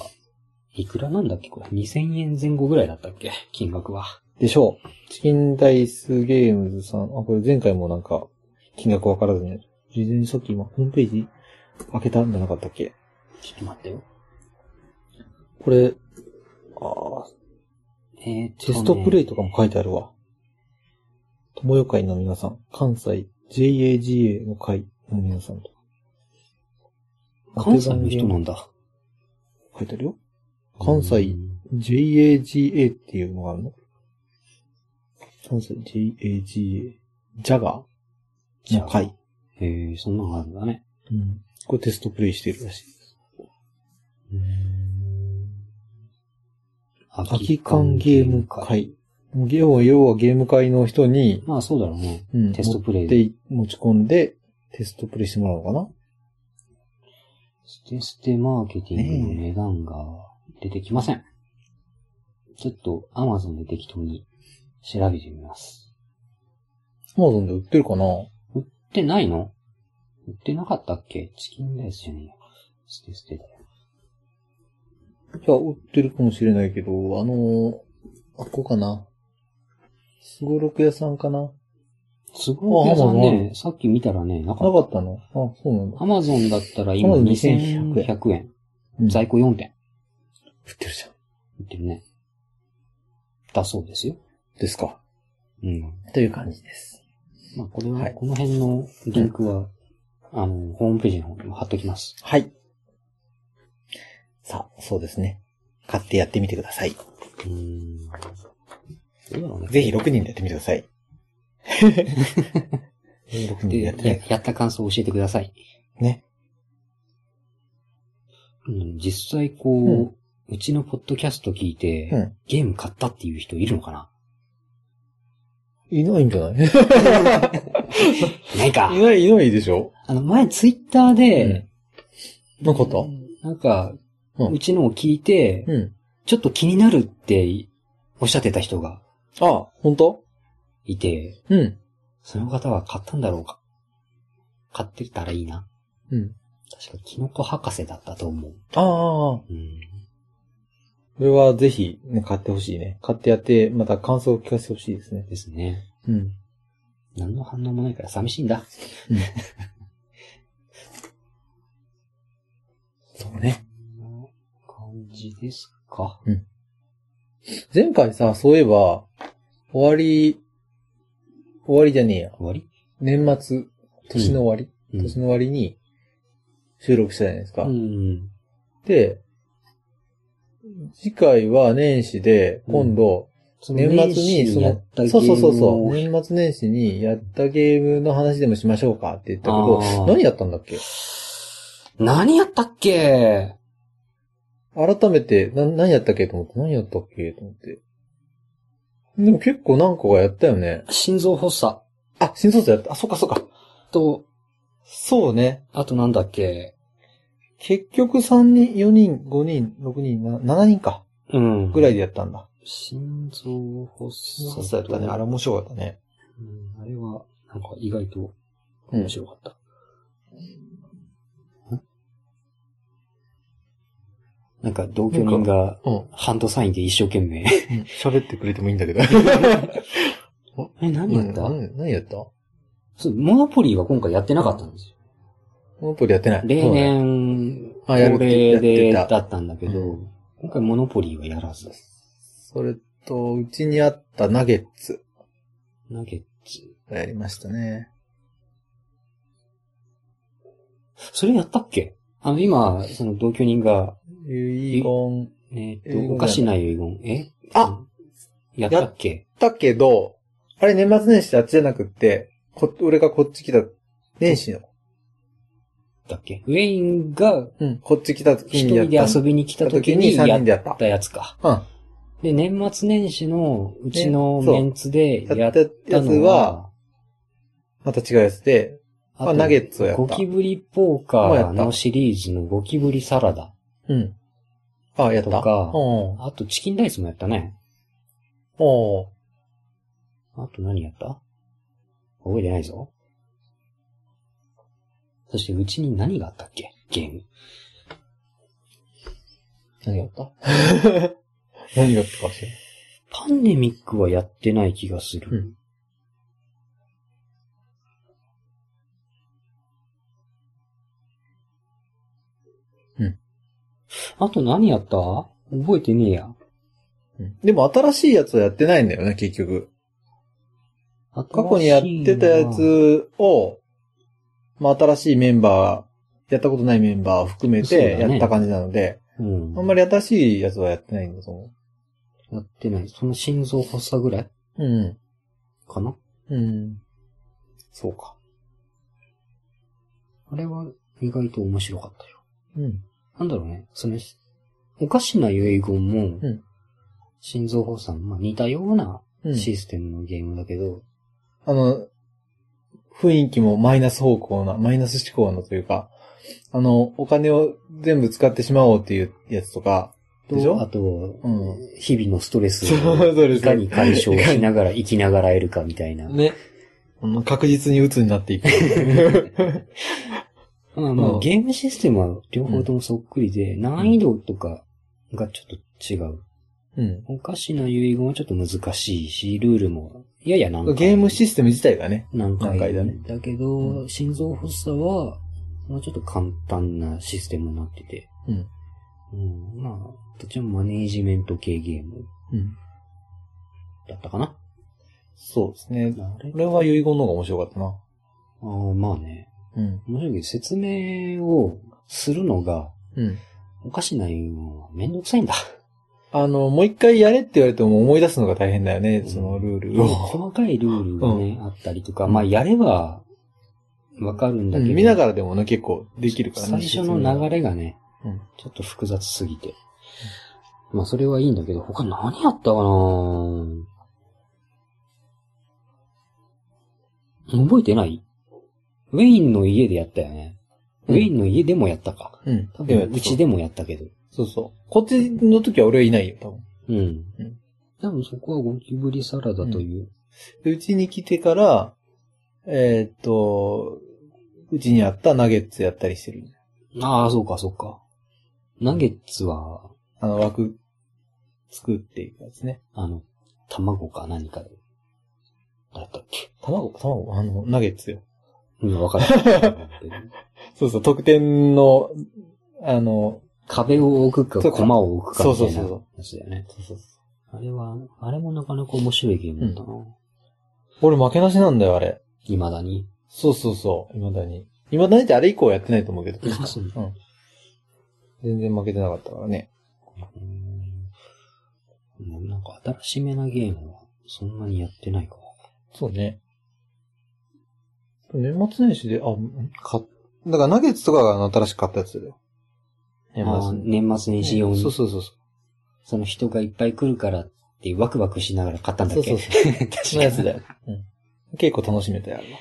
いくらなんだっけこれ。2000円前後ぐらいだったっけ金額は。
でしょう。チキンダイスゲームズさん。あ、これ前回もなんか、金額わからずに、事前にさっき今、ホームページ開けたんじゃなかったっけ
ちょっと待ってよ。
これ、ああ、
えーっと、
テストプレイとかも。書いてあるわ。友よ会の皆さん、関西 JAGA の会の皆さんと。
関西の人なんだ。
書いてあるよ。関西
うん
JAGA っていうのがあるの関西 JAGA。ジャガーの会。
へえ、そんなのあるんだね。
うん。これテストプレイしてるらしい。
うん。
空き缶ゲーム。会要は、要はゲーム会の人に、
まあそうだろうね。
うん
テストプレイ
持ってい持ち込んで、テストプレイしてもらうのかな
ステステマーケティングの値段が出てきません。ちょっと Amazon で適当に調べてみます。
アマゾンで売ってるかな
売ってないの売ってなかったっけチキンライスじゃねえよ。ステステだよ。
いや、売ってるかもしれないけど、あのーあっこかな。すごろく屋さんかなな
すごい屋さん
あ Amazon あ
ね、さっき見たらね、なか
か
っ
ったのあ、そうなんだ
た。。アマゾンだったら今
Amazon
2100円。
うん
在庫4点。
売ってるじゃん。
売ってるね。だそうですよ。
ですか。
うん。
という感じです。
まあ、これは、
はい
この辺のリンクは、あの、ホームページの方にも貼っときます。
はい。さあ、そうですね。買ってやってみてください。
うーん。どうだろうね。
ぜひ6人でやってみてくださ [LAUGHS] い。6人
で
でや
や
ってね。
やった感想を教えてください。
ね。
うん、実際こう、
うん
うちのポッドキャスト聞いて、
うん
ゲーム買ったっていう人いるのかない
ないんじゃない
いないか
[LAUGHS] いない、いないでしょ
あの、前ツイッターで、
うんなかった
なんか、う
うん
ちのを聞いて、
うん。
ちょっと気になるっておっしゃってた人が
あ、本当
いて、
うん。
その方は買ったんだろうか買ってたらいいな。
うん。
確かキノコ博士だったと思う。
ああ、
うん。
これはぜひ、ね、買ってほしいね。買ってやって、また感想を聞かせてほしいですね。
ですね。
うん。
何の反応もないから寂しいんだ。
そうね。
こんな感じですか。
前回さ、そういえば、終わり、終わりじゃねえや。
終わり
年末、年の終わり、
うん
年の終わりに収録したじゃないですか。
うん。
で、次回は年始で、今度、
その
年末にそ
や
の
っ、た
そうそうそうそ
ゲ
う、年末年始にやったゲームの話でもしましょうかって言ったけど
あ、ー
何やったんだっけ
ームを何やったっけ
改めて、な、何やったっけと思って、何やったっけと思って。でも結構何個かやったよね。
心臓発作
あ、新卒やった。あ、そっかそっか。
と、
そうね。
あとなんだっけ
結局3人、4人、5人、6人、7人か。
うん。
ぐら
い。
いでやったんだ。
心臓発
新
作と。
卒やったね。あれ面白かったね。
うんあれは、なんか意外と
うん
面白かった。んなんか同居人が
うん。
ハンドサインで一生懸命。
喋ってくれてもいいんだけど。 [LAUGHS]
え、何やった、
うん何やった
そうモノポリーは今回やってなかったんですよ。
モノポリやってない。
例年、
あやる
恒例で
やって
だ
た
ったんだけ
う
ど、今回モノポリーはやらず。
そうだね。それと、うちにあったナゲッツ
ナゲッツ。
がやりましたね。
それやったっけあの、今、その同居人が、
遺言
えっ
遺
と、
言
おかしな遺言。え
あ
やったっけ
だけど、あれ年末年始あっちじゃなくって、こ、俺がこっち来た、年始の。
だっけウェインが
うん。こっち来た時
一
にや
人
っ
で
た。
遊びに来た時に
3
やっ
人でやった
やつか。。
うん。
で、年末年始のうちの
ねそう
メンツでや
や
っ
った
た
やつ
の
は、
は、
また違うやつで、まあ
と
ナゲッツをやった
ゴキブリポーカ
もうや
ー
っ
の
た
シリーズのゴキブリサラダ。
うん。ああ、やった。
とか
うん。
あとチキンライスもやったね。
お
あと何やった覚えてないぞ。そしてうちに何があったっけゲーム。
何があった何があったかしら。
パンデミックはやってない気がする。
うんうん
あと何やった覚えてねえや。
うんでも新しいやつはやってないんだよね、結局。
過
過去にやってたや。つを、まあ新しいメンバー、やったことないメンバー含めて
そうだ
や
ね
った感じなので、
うん。
あんまり新しいやつはやってないんだと思。
やってない。その心臓発作ぐらいう
うん。
かな
うん。そうか。
あれは意外と面白かったよ。
うん。
なんだろうね。その、おかしな遺言も、
うん
心臓発作もまあ似たような
うん
システムのゲームだけど、
あの、雰囲気もマイナス方向な、マイナス思考なというか、あの、お金を全部使ってしまおうっていうやつとか、でし
と、あ
ょ
と、
うん
日々のストレス
そう
を
そうで
い
すね
かに解消しながら生きながらえるかみたい
[LAUGHS]
な。
ね。うん確実に鬱に
[LAUGHS]
なっていく。
まあま
う
あ、
ん
ゲームシステムは両方ともそっくりで、難易度とかがちょっと違う。
うん。
お菓子の遺言はちょっと難しいし、ルールも、やや難解。
ゲームシステム自体がね、
難解
難解だね
だけど、
う
心臓発作は、もうちょっと簡単なシステムになってて。
うん。
うん、まあ、どっちもマネージメント系ゲーム
うん。
だったかな。
そうですね。
あれ
これは遺言の方が面白かったな。
あーまあね。
うん。
面白いけど、説明をするのが、
うん。
おかしな遺言はめんどくさいんだ。
あの、もう一回やれって言われても思い出すのが大変だよね、 [LAUGHS] そのルールを。
細かいルールがね、あったりとか、まあ、やれば、わかるんだ
う
けど。
ん見ながらでもね、結構できるからね。
最初の流れがね、
うん
ちょっと複雑すぎて。まあ、それはいいんだけど、他何やったかな覚えてないウェインの家でやったよね。
うん
ウェインの家でもやったか。
うん。
多
でも
分、うちでもやったけど。
そうそう。こっちの時は俺はいないよ、多分。
うん
うん。
多分そこはゴキブリサラダという。
で、うちに来てから、えーっと、うちにあったナゲッツやったりしてる。
ああ、そうか、そうか。ナゲッツは、
あの、枠作っていくやつね。
あの、卵か何かで。だったっけ
卵卵あの、ナゲッツよ。
うん、わかる。
[LAUGHS] そうそう、得点の、あの、
壁を置く
そ
か、
うか
駒を置くかみたいな
そうそうそう
やつだよね。
そうそうそ
あれは、あれもなかなか面白いゲームだな。
う俺負けなしなんだよ、あれ。
未だに。
そうそうそう、未だに。未だにってあれ以降やってないと思うけど。
あそう
うん。全然負けてなかったからね。
うんもうなんか新しめなゲームは、そんなにやってないか。
そうね。年末年始で、あ、か、だからナゲッツとかが新しく買ったやつだよ。年
あー
末に。
年末年始用に、
そうそうそうそ
その人がいっぱい来るからってワクワクしながら買ったん
う。
だ
そ
っ
うそ
け
うそ
[LAUGHS]
う。
確か
そのやつだよ。うん。結構楽しめたよ、あれは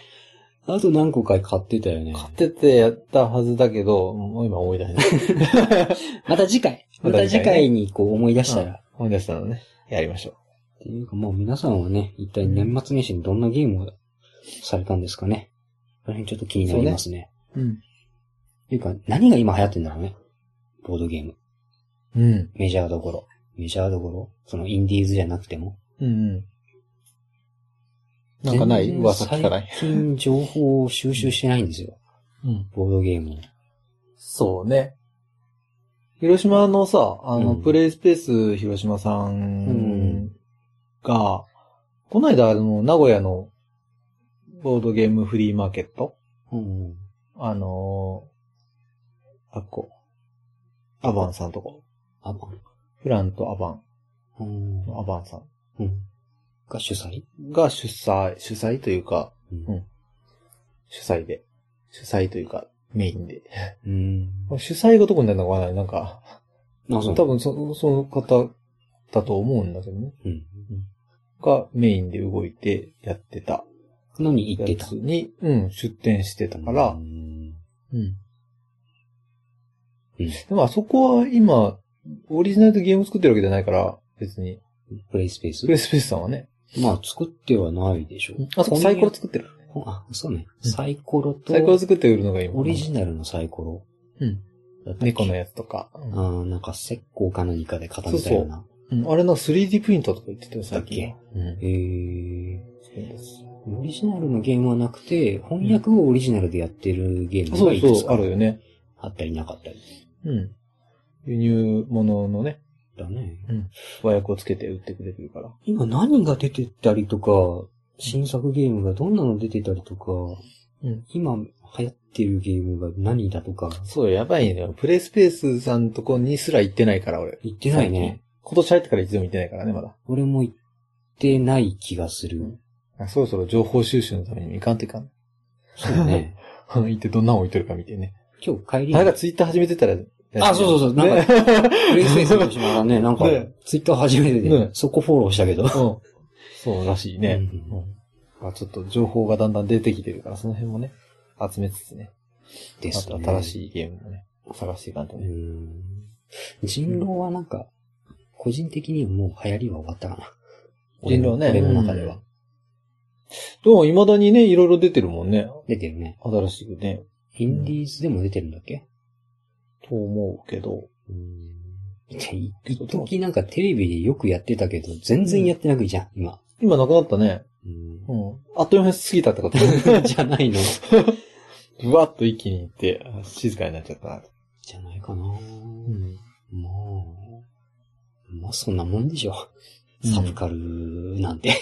あと何個か買ってたよね。
買っててやったはずだけど、もう今思い出せない。
また次回。ま
また
た
次
次
回
回にこう思い出したら。
うん思い出したのね。やりましょ
っていうか、もう皆さんはね、一体年末年始にどんなゲームをされたんですかね。この辺ちょっと気になりますね。
う。うん。
っていうか、何が今流行ってんだろうね。ボードゲーム。
うん。
メジャーどころ。メジャーどころそのインディーズじゃなくても。
うんうん。なんかない
全然
噂聞かない
最近情報を収集してないん
[LAUGHS]
ですよ。
うん。
ボードゲームを。
そうね。広島のさ、あの、
うん
プレイスペース広島さん
ん
が、この間、あの、名古屋のボードゲームフリーマーケット
うんうん。
あのー、あっこ。アバンさんとこ。
アバン。
フランとアバン、
うん。
アバンさ
うん。が主催
んが主催、主催というか、
うん
主催で。主催というか、メインで。
うん。
主催がどこになるのかわからない。なんか、
あ、そう。
多分そその方だと思うんだけどね。
うん。
がメインで動いてやってた
のに行って
や
た
つ。に、うん、出店してたから
う、ん
うん。
うん
でもあそこは今、オリジナルでゲーム作ってるわけじゃないから、別に。
プレイスペース
プレイスペースさんはね。
まあ、作ってはないでしょう。
あそこサイコロ作ってる。
ほんあ、そうね。
うん
サイコロと
サ、イコロ作って売るのが今。
オリジナルのサイコロ。
うん。
だったっけ
猫のやつとか。うん
あーなんか石膏か何かで固めたような。
うんあれの 3D プリンターとか言ってたよ、最近。うん
へー
そうです
オリジナルのゲームはなくて、翻訳をオリジナルでやってるゲーム
そ
が
う
いくつ
そう、
か
あるよね。
あったりなかったり。
うん。輸入物のね、
だね。
和訳をつけて売ってくれるから。
今何が出てたりとか、新作ゲームがどんなの出てたりとか、
うん
今流行ってるゲームが何だとか、
そうよ、やばいね。プレイスペースさんとこにすら行ってないから、俺。
言ってないね。
今年入ってから一度も行ってないからね、まだ。
俺も行ってない気がする。
あそろそろ情報収集のためにも行かんといかん。 [LAUGHS]
そう [LAUGHS] ね。
行ってどんなの置いてるか見てね。
今日帰りに。
なんかツイッター始めてたら、
あ、そうそうそう。なんか、
か、
プレイスペースの島がね、なんか
ね、
ツイッター初めて
ね
で、そこフォローしたけど、
[LAUGHS] うん。そうらしいね。
うん
うんまあちょっと情報がだんだん出てきてるから、その辺もね、集めつつね、
で
ますた
ね。
新
い。
しいゲームもね、探していかんとね。
うん。人狼はなんか、個人的にはもう流行りは終わったかな。
人狼ね
俺の俺の中では。
うんでも未だにね、いろいろ出てるもんね。
出てるね。
新しくね。
インディーズでも出てるんだっけ
と思うけど。
うん。い一時なんかテレビでよくやってたけど、全然やってなくじゃん、今。
今なくなったね。
うん
うん。あっという間に過ぎたっ
[LAUGHS]
てこと。
じゃないの
ぶわっと一気にいって、あ静かになっちゃったな。
じゃないかな、
ん。
まあ、まあそんなもんでしょ。サブカルなんて。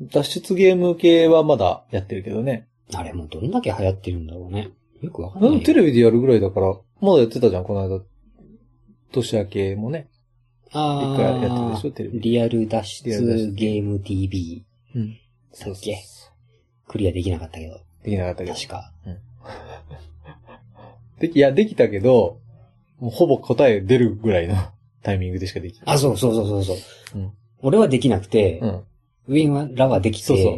うん。脱出ゲーム系はまだやってるけどね。
あれもうどんだけ流行ってるんだろうね。よくわかん
で
ない
も
よ。
テレビでやるぐらいだから、まだやってたじゃん、この間。年明けもね。
あ
一
あ
回やってるでしょ、テレビ。
リアル脱出
リアル脱出
ゲーム TV。
うん。
だっけクリアできなかったけど。
できなかったけど。
確か。
でき、いや、できたけど、もうほぼ答え出るぐらいのタイミングでしかできない。
あ、そうそうそうそうそう、
うん
俺はできなくて、
うん。
ウィンらはできて、
そうそう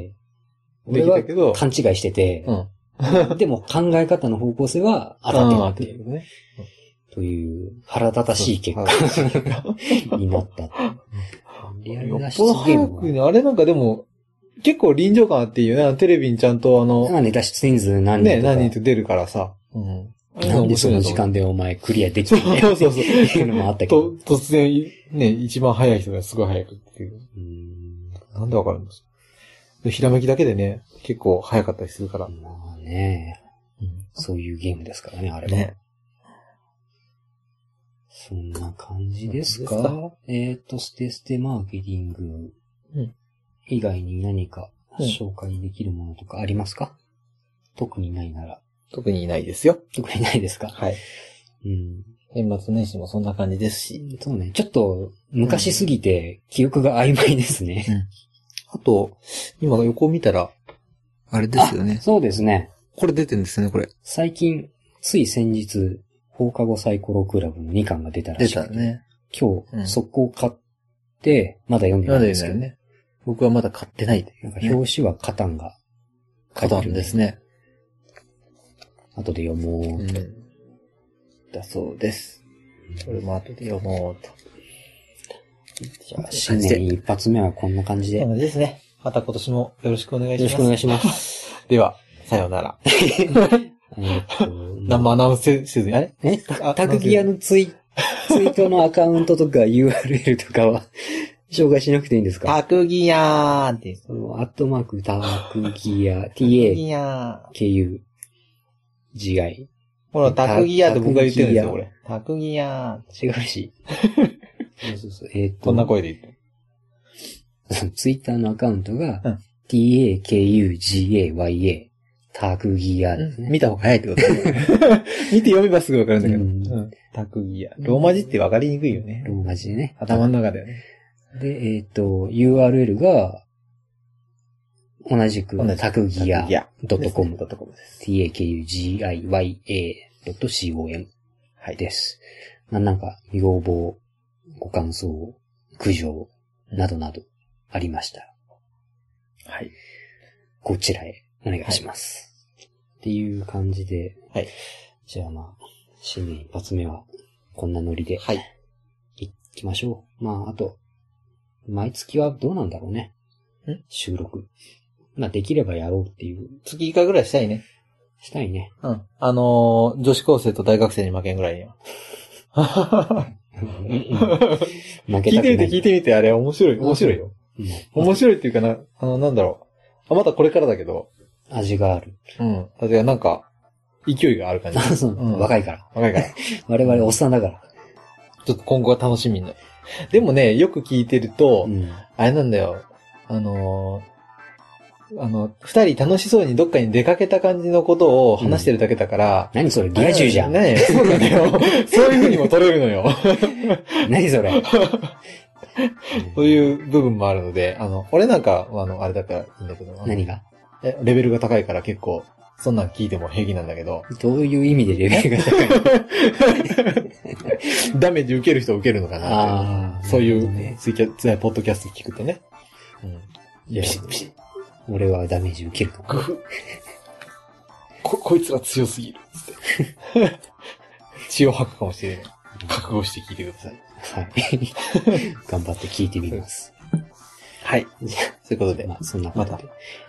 俺
でき
は
たけど、
勘違いしてて、
うん。
でも考え方の方向性は当たってる
あー
っ
って
て
い
いう
うね。
という腹立たしい結果
果。
にな
[LAUGHS]
った。リアル
よっ
な
ぽ
出
ど
ゲ
早
ーム
く
は。
ね、あれなんかでも、結構臨場感あっていいよね。あのテレビにちゃんと
だか
あの、
らね、脱出人数何人
ね、
とか。
何人と出るからさ。うん。
なんでその時間でお前クリアできてね
そうそうそう
っていうのもあったけど。
と、突然、ね、一番早い人がすごい早くっていう。
うん
なんでわかるんですかでひらめきだけでね、結構早かったりするから。
まあね、そういうゲームですからね、あれは。
ね。
そんな感じですか
そんな感
えっ、と、ステステマーケティング
うん
以外に何か
うん
紹介できるものとかありますか、特にないなら。
特にいないですよ。
特にないですか
はい。
うん。
年末年始もそんな感じですし。
そうね。ちょっと、昔すぎて、記憶が曖昧ですね。
あと、今横見たら、あれですよね。
そうですね。
これ出てるんですよね、これ。
最近、つい先日、放課後サイコロクラブの2巻が出たら
出
しく
た
て、
ね。
今
うん
日、速攻買って、まだ読んで
ま
ないん
だで
です
す
け
よ
ど、
ね。僕はまだ買ってないとい
なんか
う。
表紙はカタンが書い
買った
て
ん
る
ですね。
後で読もう。
うん。だそうです。これも後で読もうと。
じゃあ、新年一発目はこんな感じで。
な
よ
のでですね。また今年もよろしくお願いしま
ろ
す。
しくお願いし [LAUGHS] ます。
では、さようなら。
えーっと
何もアナウンスせせずに、あれ
え
あ
タグギアのツイ、ツイートのアカウントとか URL とかは紹介しなくていいんですか
タクギアーって。
あのアットマークタグギ
[LAUGHS]
ア、
タク
ta,
ギア
ku, gi.
ー。ほら、タクギアーって僕が言ってるんですよ、
タ
こ
ク
れ。タクギアー。
違う
[LAUGHS]
し。そうそうそう。えーっと、
こんな声で言って。
ツイッターのアカウントが、
うん
takugaya, タグギアですね。
見た方が早いってことだね [LAUGHS] 見て読めばすぐわかるんだけど。
う
うんん。タクギア。ローマ字ってわかりにくいよね。
ローマ字でね。
頭の中だよね。
で、えっ、と、URL が、同じく
同じ、く
タクギア
タクギア
.com、
ドットコムです。
takugiya.com
はい。
です。まあ、なんか、要望、ご感想、苦情、などなど、ありましたら。
はい。
こちらへお願いします。っていう感じで、
はい。
じゃあまあ、新年一発目は、こんなノリで、
はい。
行きましょう。まあ、あと、毎月はどうなんだろうね。
ん
収録。まあ、できればやろうっていう、
月1回ぐらいしたいね。
したい
[LAUGHS]
ね。
うん。あのー、女子高生と大学生に負けんぐらい [LAUGHS] には。
負け
聞
た
い
く
てみ
な
て
い。
聞いてみて、あれ面白い、面白いよ。
うん
面白いっていうかな、あの、なんだろう。あ、またこれからだけど。
味がある。
うん。だってなんか、勢いがある感じ。
[LAUGHS] そう
うん
若いから。
若い [LAUGHS] から。
我々おっさんだから。
ちょっと今後が楽しみになる。でもね、よく聞いてると、
うん
あれなんだよ。あのーあの、二人楽しそうにどっかに出かけた感じのことを話してるだけだから、
何それリア充じゃん。
ねそうなんだ
[LAUGHS]
よ。そういう風にも取れるのよ。
何
[LAUGHS]
それ
そういう部分もあるので、あの、俺なんかは、あの、あれだからいいんだけど、あの
何が
えレベルが高いから結構、そんなん聞いても平気なんだけど、
どういう意味でレベルが高いの
ダメージ受ける人は受けるのかなって
ああ。
そうい
なるほどね
うツイキャ、ツイポッドキャスト聞くとね。うん。いや
ピ、シッピシッ。俺はダメージ受けるの
グフ。こ、こいつら強すぎ [LAUGHS] る。つって。血を吐くかもしれない。覚悟して聞いてください。
はい。 [LAUGHS] 頑張って聞いてみます。
はい。
じゃ
そういうこと
あ、
で、
まあ、そんなこ
ま
と
た
で。、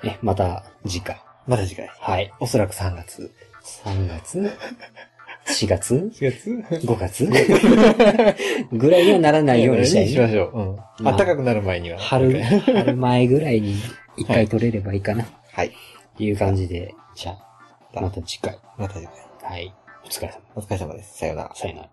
え、また次回。
また次回。
はい。
おそらく3月。
3月 ?4 月
4月
?5 月ぐらいにはならないようにしたい、
し
ね
ま。しょう。うん。
まあ
暖かくなる前には。
春、
[LAUGHS] はい。
春前ぐらいに一回取れればいいかな。
はい。
っていう感じで、じゃあ、また次回。
また次回。
はい。お疲れ様。
お疲れ様です。さようなら。
さよなら。